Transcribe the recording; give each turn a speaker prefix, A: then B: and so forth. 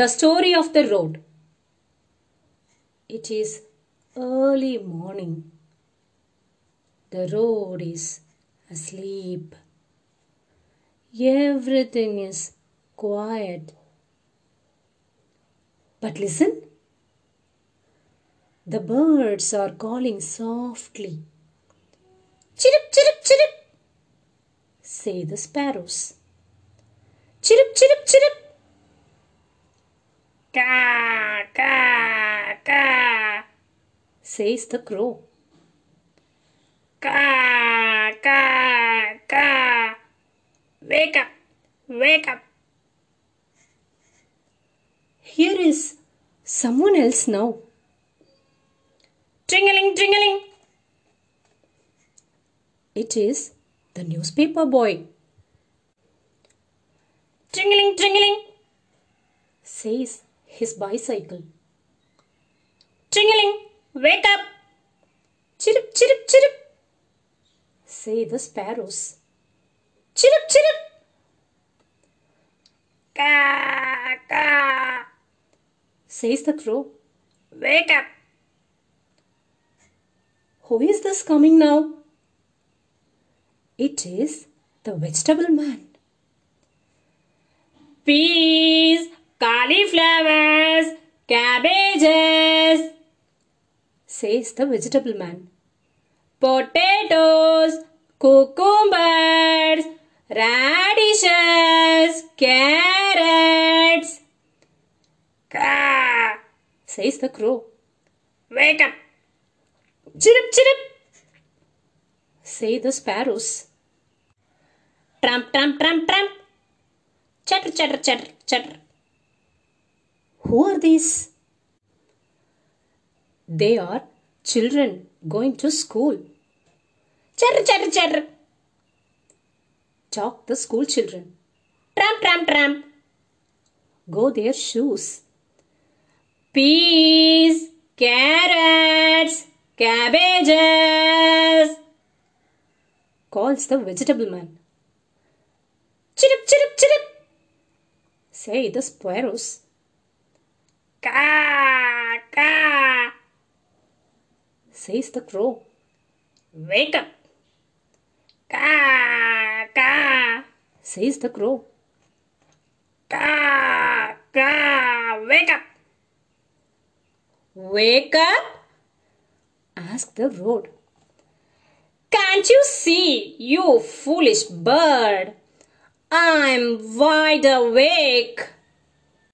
A: The story of the road. It is early morning. The road is asleep. Everything is quiet. But listen. The birds are calling softly. Chirrup, chirrup, chirrup, say the sparrows. Chirrup, chirrup, chirrup,
B: Ka, ka, ka,
A: says the crow.
B: ka, ka, ka. Wake up, wake up.
A: Here is someone else now.
B: Jingling, jingling.
A: It is the newspaper boy,
B: Jingling, jingling.
A: says his bicycle.
B: Jingling, wake up.
A: Chirrup, chirrup, chirrup, say the sparrows. Chirrup, chirrup,
B: Ka, ka.
A: says the crow.
B: Wake up.
A: Who is this coming now? It is the vegetable man.
B: Peas, cauliflowers, cabbages,
A: says the vegetable man.
B: potatoes, cucumbers, radishes, carrots. Ka,
A: Says the crow.
B: wake up.
A: Chirrup, chirrup, say the sparrows.
B: Tramp, tramp, tramp, tramp. Chatter, chatter, chatter, chatter.
A: Who are these? They are children going to school.
B: Chatter, chatter, chatter.
A: Chalk the school children.
B: Tramp, tramp, tramp.
A: Go their shoes.
B: Peas, carrots, cabbages.
A: Calls the vegetable man.
B: Chirrup, chirrup, chirrup.
A: Say the sparrows.
B: Ka, ka.
A: Says the crow.
B: Wake up. Ka, ka.
A: Says the crow.
B: Ka, ka. Wake up. Wake up.
A: Ask the road.
B: Can't you see, you foolish bird? I'm wide awake.